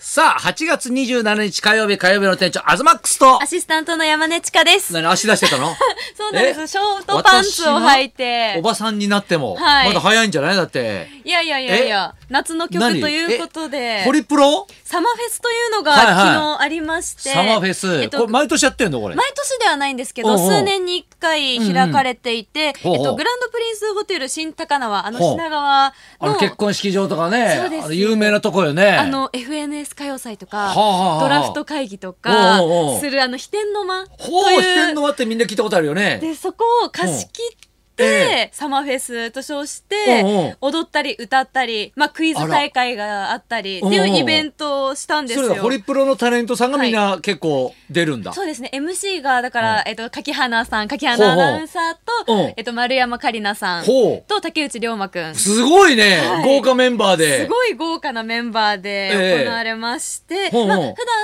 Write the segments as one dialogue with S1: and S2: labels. S1: さあ、8月27日火曜日、火曜日の店長、アズマックスと
S2: ア、シスタントの山根千佳です。
S1: 何、足出してた の
S2: そうなんです。
S1: え
S2: ショートパンツを履い
S1: お
S2: て。
S1: ばさんになっても、
S2: はい
S1: まだ早いんじゃないだって。
S2: いやいやいやいや、夏の曲
S1: 何
S2: ということで、
S1: ホリプロ
S2: サマーフェスというのが
S1: はいはい
S2: 昨日ありまして、
S1: サマーフェス。
S2: えっ
S1: ことれ、毎年やってんのこれ。
S2: 毎年ではないんですけど、
S1: おうおう
S2: 数年に1回開かれていて、
S1: うんうん
S2: えっ
S1: ほうほ
S2: と、
S1: う
S2: グランドプリンスホテル新高輪、あの
S1: ほう
S2: 品川
S1: あの、結婚式場とか
S2: そうで
S1: ね、
S2: す
S1: あの有名なとこよね。
S2: あの FNS 歌謡祭とか、
S1: はあはあはあ
S2: ドラフト会議とか
S1: おうおうおう
S2: するあの秘天の間と
S1: ほう、
S2: いう
S1: してんのってみんな聞いたことあるよね。
S2: でそこを貸し切っ
S1: う
S2: て、
S1: んえ
S2: サマーフェスと称して
S1: おうおう
S2: 踊ったり歌ったり、まあ、クイズ大会があったりっていうイベントをしたんです
S1: そ
S2: よ。
S1: れがホリプロのタレントさんがみんな結構出るんだ。
S2: そうですね MC がだから、
S1: うん
S2: えっと、柿花さん柿花アナウンサーと
S1: ほうほううん
S2: えっと、丸山桂里奈さん
S1: ほう
S2: と竹内涼真君
S1: すごいね、
S2: はい
S1: 豪華メンバー
S2: す
S1: で。
S2: ごい豪華なメンバー
S1: ええ
S2: で行われまして、
S1: ほうほう
S2: まあ、普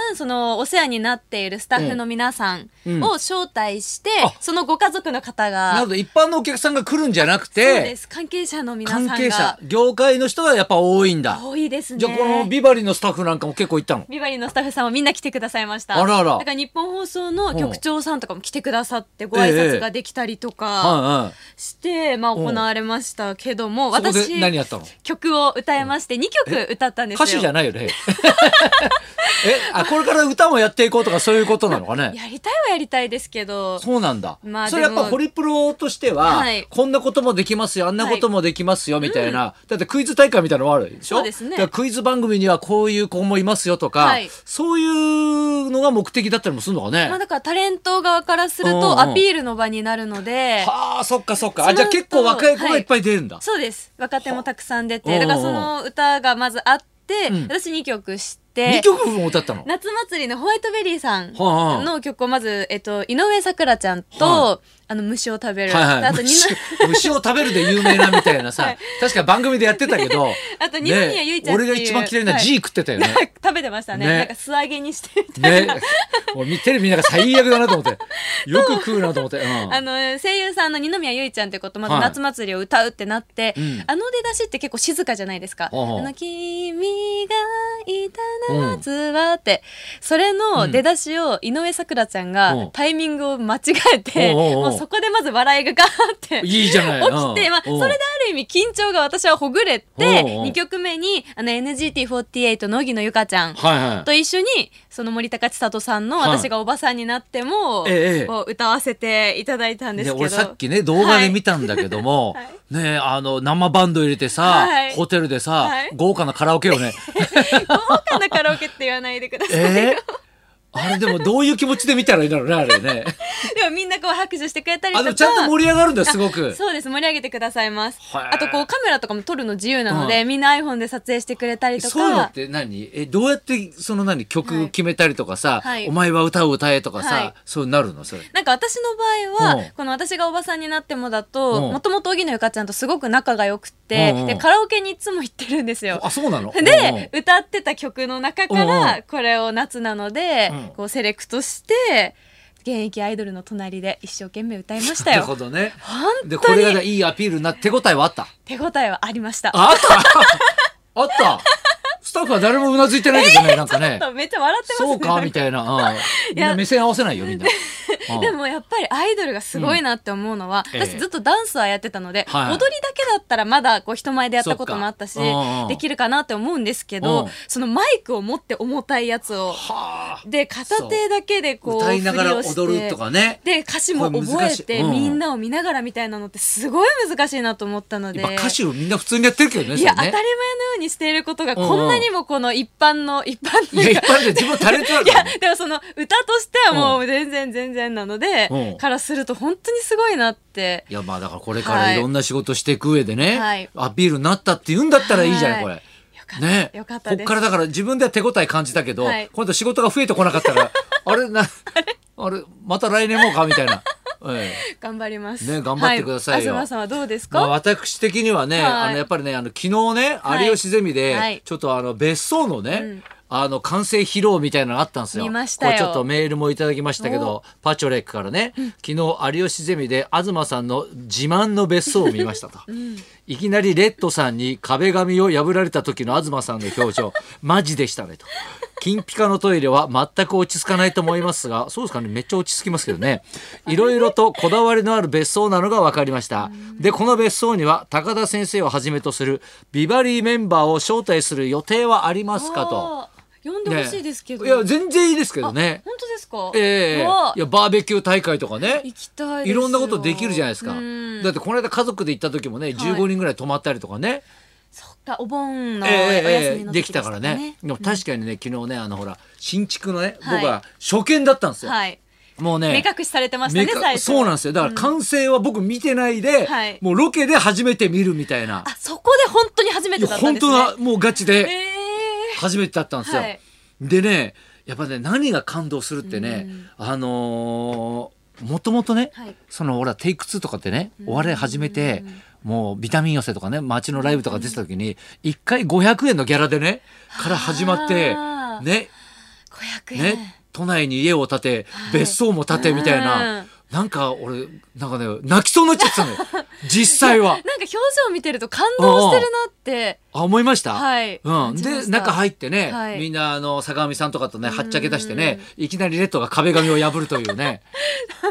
S2: 段そのお世話になっているスタッフの皆さん
S1: うん
S2: を招待して、
S1: あ
S2: そのご家族の方
S1: な
S2: が
S1: ので一般のお客さんが来るんじゃなく
S2: そうで
S1: て、
S2: す関係者の皆さん
S1: 関
S2: が
S1: 係者、業界の人がやっぱ多いんだ。
S2: 多いですね。
S1: じゃあこのビバリのスタッフなんかも結構行ったの
S2: ビバリーのスタッフさんはみんな来てくださいました。
S1: あらあら
S2: だから日本放送の局長さんとかも来てくださってご挨拶ができたりとか
S1: はいはい。
S2: して、まあ行われましたけども、
S1: そこ
S2: 私
S1: で何やったの
S2: 曲を歌いまして2曲歌ったんですよ。
S1: 歌手じゃないよね。 え、あ、これから歌もやっていこうとかそういうことなのかね。
S2: やりたいはやりたいですけど、
S1: そうなんだ。
S2: まあ
S1: それやっぱ
S2: でも
S1: ホリプロとしては、
S2: はい
S1: こんなこともできますよ、あんなこともできますよ、みたいな、だってクイズ大会みたいなのもあるでしょ
S2: そうですね
S1: だからクイズ番組にはこういう子もいますよとか、
S2: はい
S1: そういうのが目的だったりもするのかね。
S2: まあだからタレント側からする
S1: うんうん
S2: とアピールの場になるので、
S1: はあ、そっかそっか。
S2: そ
S1: あ、
S2: の
S1: じゃあ結構若い子が
S2: はい
S1: いっぱい出るんだ。
S2: そうです。若手もたくさん出
S1: は
S2: て、だからその歌がまずあって、
S1: うん
S2: 私2曲し
S1: 二
S2: て、
S1: 曲分も歌ったの。
S2: 夏祭りのホワイトベリーさん
S1: はあはあ
S2: の曲をまず、えっと、井上咲楽ちゃんと、
S1: は
S2: あの虫を食べる、
S1: はい
S2: で
S1: は
S2: あ
S1: い、
S2: と二
S1: 虫虫を食べるで有名なみたいなさ、
S2: はい
S1: 確か番組でやってたけ ど、
S2: あと二宮ゆいちゃんっていう
S1: 俺が一番嫌いな
S2: はい
S1: G 食ってたよね。
S2: 宮食べてましたね
S1: ね
S2: なんか素揚げにしてみたいな、
S1: ね、もう見テレビ見ながら最悪だなと思って、よく食うなと思って、うん、
S2: あの声優さんの二宮ゆいちゃんってことまず
S1: はい
S2: 夏祭りを歌うってなって、
S1: うん
S2: あの出だしって結構静かじゃないですか
S1: は
S2: 「
S1: あはあ
S2: あの君がいた夏は」って、それの出だしを井上咲楽ちゃん
S1: うん
S2: がタイミングを間違えて、
S1: おうおうおう
S2: もうそこでまず笑いがガーって
S1: いいじゃない。
S2: 起き
S1: う
S2: て、
S1: ん
S2: まあ、それである意味緊張が私はほぐれて、
S1: おうおう
S2: 2曲目に、あの、NGT48 の荻野由香ちゃん
S1: はいはい。
S2: と一緒に、その森高千里さんの
S1: はい
S2: 私がおばさんになっても、
S1: ええ
S2: を歌わせていただいたんですけど。
S1: 俺さっきね動画で見たんだけども、
S2: はい
S1: ねあの生バンド入れてさ、
S2: はい
S1: ホテルでさ、
S2: はい
S1: 豪華なカラオケを ね
S2: 豪華なカラオケって言わないでください。
S1: えー、あれでもどういう気持ちで見たらいいんだろうねあれね
S2: でもみんなこう拍手してくれたり
S1: あ
S2: と
S1: の
S2: か。
S1: ちゃんと盛り上がるんだよすごく
S2: そうです盛り上げてくださいます
S1: へえ
S2: あとこうカメラとかも撮るの自由なので、
S1: う
S2: みんな iPhone で撮影してくれたりとか
S1: そういうのって何えどうやってその何
S2: は
S1: 曲
S2: い
S1: 決めたりとかさ、
S2: はい
S1: お前は歌を歌えとかさ、
S2: はい
S1: そうなるのそれ。
S2: なんか私の場合
S1: うん
S2: は、この私がおばさんになってもだ
S1: う
S2: と、
S1: ん
S2: もともと荻野ゆかちゃんとすごく仲が良くて
S1: うんうん、
S2: で、カラオケにいつも行ってるんですよ。
S1: あそう なの
S2: で、歌ってた曲の中か
S1: うんうん
S2: ら、これを夏なので
S1: うん、
S2: こうセレクトして、現役アイドルの隣で一生懸命歌いました
S1: なるほ
S2: よ。
S1: どね。
S2: 本
S1: でこ
S2: 当
S1: れが
S2: に
S1: いいアピールな手応えはあった。
S2: 手応えはありました。
S1: ああった あったスタッフは誰もうなずいてないけど ね、なんかね
S2: ちょっ。とめっちゃ笑ってますね。
S1: そうかみたいな。うんみんな目線合わせないよみん な。うん
S2: でもやっぱりアイドルがすごいなって思うのは、
S1: うんええ
S2: 私ずっとダンスはやってたので、
S1: はい
S2: 踊りだけだったらまだこう人前でやったこともあったし、
S1: そっかうんうん
S2: できるかなって思うんですけ
S1: う
S2: ど
S1: ん、
S2: そのマイクを持って重たいやつを、
S1: はあ
S2: で、片手だけでこう、
S1: 歌いながら
S2: 振りをして
S1: 踊るとかね。
S2: で、歌詞も
S1: これ
S2: 覚
S1: 難
S2: え
S1: しい
S2: て、
S1: うん
S2: みんなを見ながらみたいなのってすごい難しいなと思ったので。
S1: 今歌手をみんな普通にやってるけどね。
S2: いや、当
S1: そ
S2: た
S1: れ
S2: り前
S1: ね
S2: のようにしていることがこんなにもこの一般の、一般の
S1: いや一般で自分タレントだ
S2: い
S1: か
S2: や
S1: らね。
S2: でもその歌としてはもう全然全然なので、
S1: うん
S2: からすると本当にすごいなって
S1: いやまあだからこれからいろんな仕事していく上でね、
S2: はい
S1: アピールになったって言うんだったらいいじゃないこれ。
S2: よかった、
S1: ね、
S2: よかったです
S1: こっからだから自分では手応え感じたけど、
S2: はい
S1: 今度仕事が増えてこなかった らあれなあれまた来年もかみたいな、え え
S2: 頑張ります
S1: ね頑張ってくださいよ
S2: は東さんはどうです
S1: ま
S2: か、
S1: あ、私的にはね、
S2: はい
S1: あのやっぱりねあの昨日ね、
S2: はい
S1: 有吉ゼミで、
S2: はい
S1: ちょっとあの別荘のね、
S2: ん
S1: あの完成披露みたいなのがあったんですよ。
S2: 見ましたよ
S1: これちょっとメールもいただきましたけどパチョレックからね、昨日有吉ゼミで東さんの自慢の別荘を見ましたと、いきなりレッドさんに壁紙を破られた時の東さんの表情マジでしたねと金ピカのトイレは全く落ち着かないと思いますがそうですかねめっちゃ落ち着きますけどねいろいろとこだわりのある別荘なのが分かりましたでこの別荘には高田先生をはじめとするビバリーメンバーを招待する予定はありますかと。
S2: あー呼んでほしいですけど、
S1: ねいや全然いいですけどね
S2: 本当ですか
S1: ええ
S2: うわ
S1: いやバーベキュー大会とかね
S2: 行きたいです
S1: い
S2: よ
S1: ろんなことできるじゃないですか、
S2: うん
S1: だってこの間家族で行った時もね15人ぐらい泊まったりとかね、
S2: そっかお盆のお
S1: ええ
S2: 休
S1: え
S2: み
S1: え
S2: の時
S1: できたからね
S2: した
S1: でも確かにね昨日ねあのほら新築のね、
S2: はい
S1: 僕は初見だったんですよ、
S2: はい
S1: もうね
S2: 目隠しされてました
S1: 目
S2: ね
S1: か
S2: 最初
S1: そうなんですよだから完成は僕見てないで、
S2: はい
S1: もうロケで初めて見るみたいな
S2: あ、そこで本当に初
S1: い
S2: めて
S1: や
S2: だったん
S1: 本
S2: です
S1: 当
S2: ね
S1: だもうガチで
S2: ええ
S1: 初めてだったんですよ、
S2: はい
S1: でねやっぱね何が感動するってね、あのーもともとね、
S2: はい
S1: その俺はテイク2とかってねお笑い始めてもうビタミン寄せとかね街のライブとか出てた時に1回500円のギャラでねから始まって
S2: あー
S1: ね
S2: 500円、
S1: ね都内に家を建て
S2: はい
S1: 別荘も建てみたいな、
S2: うん
S1: なんか俺なんかね泣きそうになっちゃってたの よ実際は
S2: なんか表情見てると感動してるなって
S1: あ思いました、
S2: はい
S1: うん、
S2: 感じま
S1: で
S2: した
S1: 中入ってね、
S2: はい
S1: みんなあの坂上さんとかとねはっちゃけ出して
S2: う
S1: ねいきなりレッドが壁紙を破るという ね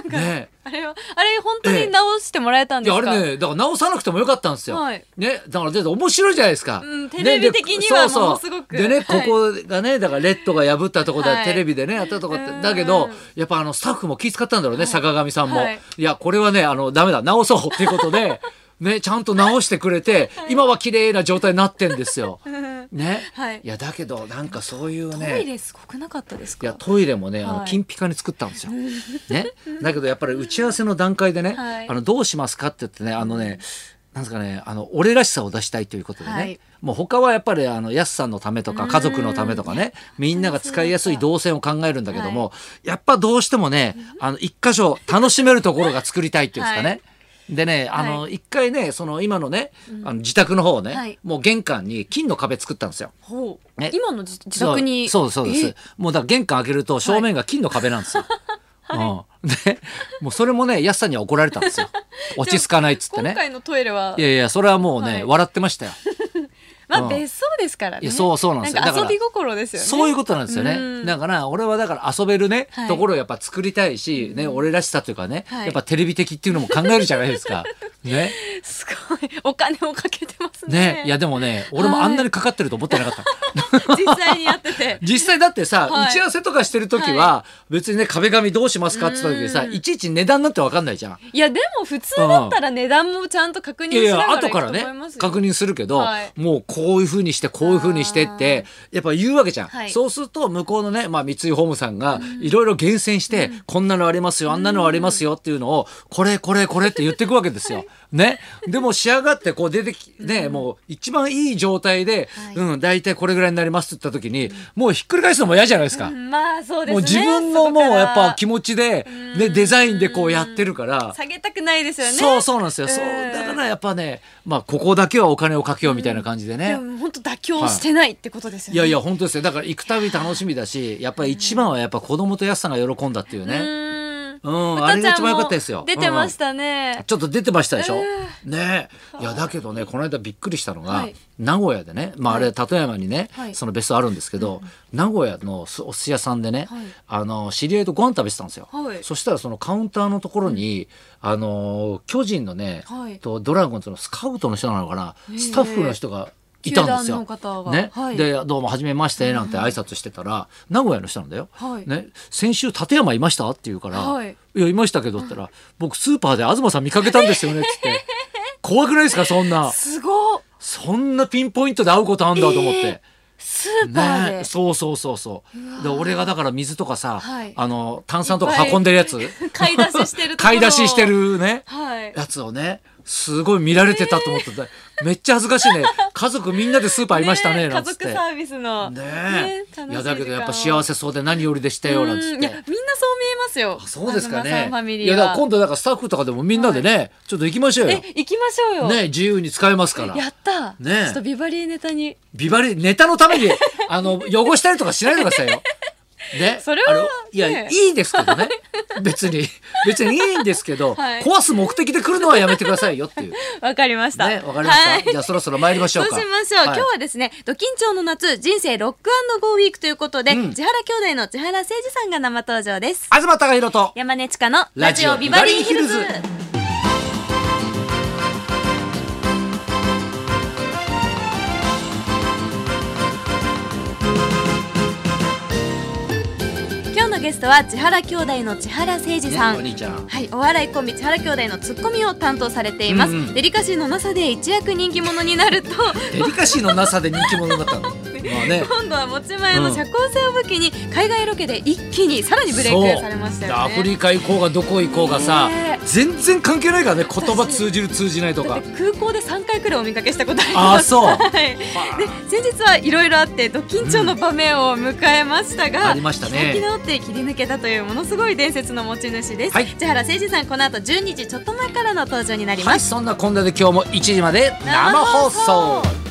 S1: ね
S2: あれはあれ本当に直してもらえたん
S1: い
S2: です
S1: やあ
S2: か、
S1: れねだから直さなくてもよかったんですよ、
S2: はい
S1: ねだから全然面白いじゃないですか、
S2: うん
S1: ね
S2: テレビ的には
S1: でそうそう
S2: ものすごく
S1: でね
S2: は
S1: こ
S2: い
S1: こがねだからレッドが破ったとこで、
S2: はい
S1: テレビでねやったとこって
S2: うん
S1: だけどやっぱあのスタッフも気遣ったんだろうね、坂上さんも、
S2: はいい、
S1: やこれはねあのダメだ直そうっていうこと でねちゃんと直してくれて、今は綺麗な状態になってんですよ、
S2: うん
S1: ね、
S2: はい
S1: やだけどなんかそういう
S2: トイ
S1: ね
S2: レすごくなかったです
S1: いや
S2: か
S1: トイレもね、あの
S2: はい
S1: 金ピカに作ったん ですよ。ね、だけどやっぱり打ち合わせの段階でね、
S2: はい
S1: あのどうしますかって言ってねあのねなんですかねあの俺らしさを出したいということでね、
S2: はい
S1: もう他はやっぱりあのやすさんのためとか家族のためとかねみんなが使いやすい動線を考えるんだけども、やっぱどうしてもねあの一箇所楽しめるところが作りたいっていうんですかね。
S2: はい
S1: でねあの
S2: は
S1: 一回ねその今のねあの自宅の方をね、
S2: はい
S1: もう玄関に金の壁作ったんですよ。
S2: ほう
S1: ね
S2: 今の自自宅に
S1: そうそうそうです
S2: え
S1: もうだから玄関開けると正面が金の壁なん ですよ、うん、でもうそれもね安さんには怒られたん ですよ落ち着かないっつって
S2: 今
S1: ね
S2: 回のトイレはい
S1: やいやそれはもうね、
S2: はい
S1: 笑ってましたよ
S2: ま
S1: うん
S2: あ別荘ですから
S1: い
S2: ね
S1: やそうそうなんですよ
S2: か
S1: だから
S2: 遊び心ですよね
S1: そういうことなんですよね、
S2: うん
S1: だから俺はだから遊べるね、
S2: はい
S1: ところをやっぱ作りたいし、ね俺らしさというかね、
S2: はい
S1: やっぱテレビ的っていうのも考えるじゃないです かね
S2: すごいお金をかけてますね
S1: ねいやでもね俺もあんなにかかってると思ってなかった、
S2: 実際にやってて
S1: 実際だってさ、
S2: はい
S1: 打ち合わせとかしてる時は別にね壁紙どうしますかって言った時にさ
S2: うん
S1: いちいち値段なんて分かんないじゃん。
S2: いやでも普通だったら値段もちゃんと確認
S1: いやい
S2: しなが
S1: や
S2: ら
S1: 後から
S2: 行く
S1: ね
S2: と思いますよ
S1: 確認するけど、
S2: はい
S1: もうこういうふうにしてこういうふうにしてってやっぱ言うわけじゃん、
S2: はい
S1: そうすると向こうのね、まあ、三井ホームさんがいろいろ厳選して、こんなのありますよあんなのありますよっていうのをこれこれこれって言ってくわけですよ。ね、でも仕上がってこう出てきね、もう一番いい状態で、
S2: はい
S1: うん、大体これぐらいになりますって言った時に、もうひっくり返すのも嫌じゃないですか。
S2: うんまあそうですね
S1: もう自分のもうやっぱ気
S2: 持
S1: 持ちで、
S2: ん
S1: ね、デザインでこうやってるから。
S2: 下げたくないですよね
S1: そうそうなんですよ。そう
S2: うん
S1: だからやっぱね、まあここだけはお金をかけようみたいな感じでね。
S2: でも本当妥協してないってことですよ
S1: い
S2: ね、
S1: やいや本当ですよ。だから行くたび楽しみだし、やっぱり一番はやっぱ子供と安さんが喜んだっていうね。
S2: ね
S1: うんあれが一番良かったですよ
S2: 出てましたね、
S1: ちょっと出てましたでしょ、
S2: う
S1: ねえいやだけどねこの間びっくりしたのが、
S2: はい
S1: 名古屋でね、まあ、あれ
S2: は
S1: 立山にね、
S2: はい
S1: その別荘あるんですけど、名古屋のお寿司屋さんでね、
S2: はい
S1: あの知り合いとご飯食べてたんですよ、
S2: はい
S1: そしたらそのカウンターのところに、あの巨人のね、
S2: はい
S1: とドラゴンズのスカウトの人なのかな
S2: へえ
S1: スタッフの人がいたんですよ。
S2: 球団の方が
S1: ね
S2: はい
S1: で「どうもはじめまして」なんて挨拶してたら、名古屋の人なんだよ。
S2: はい
S1: ね、先週立山いましたって言うから、
S2: はい
S1: いや、いましたけどって言ったら、僕スーパーで東さん見かけたんですよねって 言って。怖くないですかそんな。
S2: すごっ
S1: そんなピンポイントで会うことあんだと思っ
S2: え
S1: て
S2: ー。スーパーで、
S1: ね、そうそうそうそう。で、俺がだから水とかさ、
S2: はい
S1: あの、炭酸と
S2: い
S1: か
S2: っぱい
S1: 運んでるやつ。
S2: 買い出ししてるところ
S1: 買い出ししてるね。
S2: はい
S1: やつをね、すごい見られてたと思ってた。めっちゃ恥ずかしいね。家族みんなでスーパーいましたね、な
S2: 家
S1: んつっ
S2: 族
S1: て。
S2: サービスの
S1: ね
S2: ね楽しい時間を
S1: いや、だけどやっぱ幸せそうで何よりでしたよ、なんつっ
S2: うんい
S1: て。
S2: やみんなそう見えますよ
S1: あそうですか
S2: 東さん
S1: ね
S2: ファミ。リ
S1: い
S2: ーは
S1: や、だから今度だからスタッフとかでもみんなでね、ちょっと行きましょうよ。
S2: え行きましょうよ、
S1: ね、自由に使えますから。
S2: やった、
S1: ねえ
S2: ちょっとビバリーネタに
S1: ビバリ、ネタのために、あの、汚したりとかしないでくださいよ。ね、
S2: それは
S1: あのいや、
S2: ね
S1: いいですけど ね別に別にいいんですけど、
S2: はい
S1: 壊す目的で来るのはやめてくださいよって いうね
S2: わかりました。
S1: わかりました、
S2: はい
S1: じゃあそろそろ参りまし
S2: そ
S1: ょ
S2: う
S1: う
S2: し
S1: か
S2: ましょう、今日はですねド緊張の夏人生ロックゴーウィークということで、
S1: うん
S2: 千原兄弟の千原誠二さんが生登場です
S1: 東貴博と
S2: 山根千佳の
S1: ラ
S2: ラ
S1: ジ
S2: ジ
S1: オ
S2: オ
S1: ビ
S2: ビ
S1: バ
S2: バ
S1: リ
S2: リ
S1: ー
S2: ー
S1: ヒ
S2: ヒ
S1: ル
S2: ル
S1: ズ
S2: ズ今日のゲストは千原兄弟の千原誠二さん、
S1: ねお兄ちゃん
S2: はい、お笑いコンビ千原兄弟のツッコミを担当されています、
S1: うんうん
S2: デリカシーのなさで一躍人気者になると
S1: デリカシーのなさで人気者にな ったのまあね
S2: 今度は持ち前の社交性を武器に海外ロケで一気にさらにブレイクされまし
S1: そ
S2: た
S1: う
S2: よ
S1: アフ
S2: ね
S1: リカ行こうがどこ行こうがさ、
S2: ねえ
S1: 全然関係ないからね言葉通じる通じないと
S2: だっ
S1: か
S2: て空港で3回くらいお見かけしたことあり
S1: あ
S2: ま
S1: あ
S2: す
S1: そう
S2: はいで先日はいろいろあってド緊張の場面を迎えましたが、
S1: うんありましたね
S2: 開き直って切り抜けたというものすごい伝説の持ち主です、
S1: はい
S2: 千原誠二さんこの後12時ちょっと前からの登場になり
S1: は
S2: ま
S1: い
S2: す、
S1: そんなこんなで今日も1時まで生放送